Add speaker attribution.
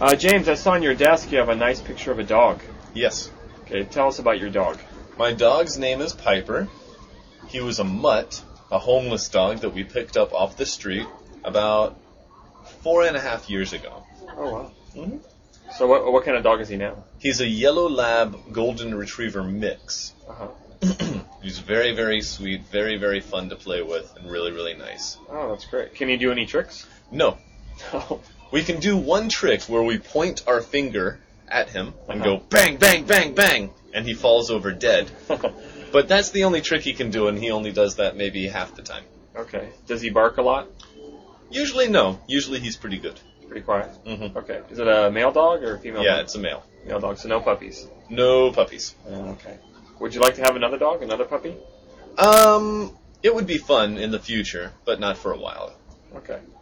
Speaker 1: Uh, James, I saw on your desk you have a nice picture of a dog.
Speaker 2: Yes.
Speaker 1: Okay, tell us about your dog.
Speaker 2: My dog's name is Piper. He was a mutt, a homeless dog that we picked up off the street about four and a half years ago.
Speaker 1: Oh wow.
Speaker 2: hmm
Speaker 1: So what what kind of dog is he now?
Speaker 2: He's a yellow lab golden retriever mix.
Speaker 1: Uh huh.
Speaker 2: He's very, very sweet, very, very fun to play with, and really, really nice.
Speaker 1: Oh, that's great. Can he do any tricks?
Speaker 2: No,
Speaker 1: No.
Speaker 2: we can do one trick where we point our finger at him and
Speaker 1: Uh-huh.
Speaker 2: go bang, bang, bang, bang, and he falls over dead. But that's the only trick he can do, and he only does that maybe half the time.
Speaker 1: okay. Does he bark a lot?
Speaker 2: Usually, no. Usually, he's pretty good.
Speaker 1: Pretty quiet.
Speaker 2: hmm
Speaker 1: Okay. Is it a male dog or a female?
Speaker 2: Yeah,
Speaker 1: dog?
Speaker 2: it's a male.
Speaker 1: male dog. So no puppies.
Speaker 2: No puppies.
Speaker 1: okay. Would you like to have another dog, another puppy?
Speaker 2: Um, it would be fun in the future, but not for a while.
Speaker 1: Okay.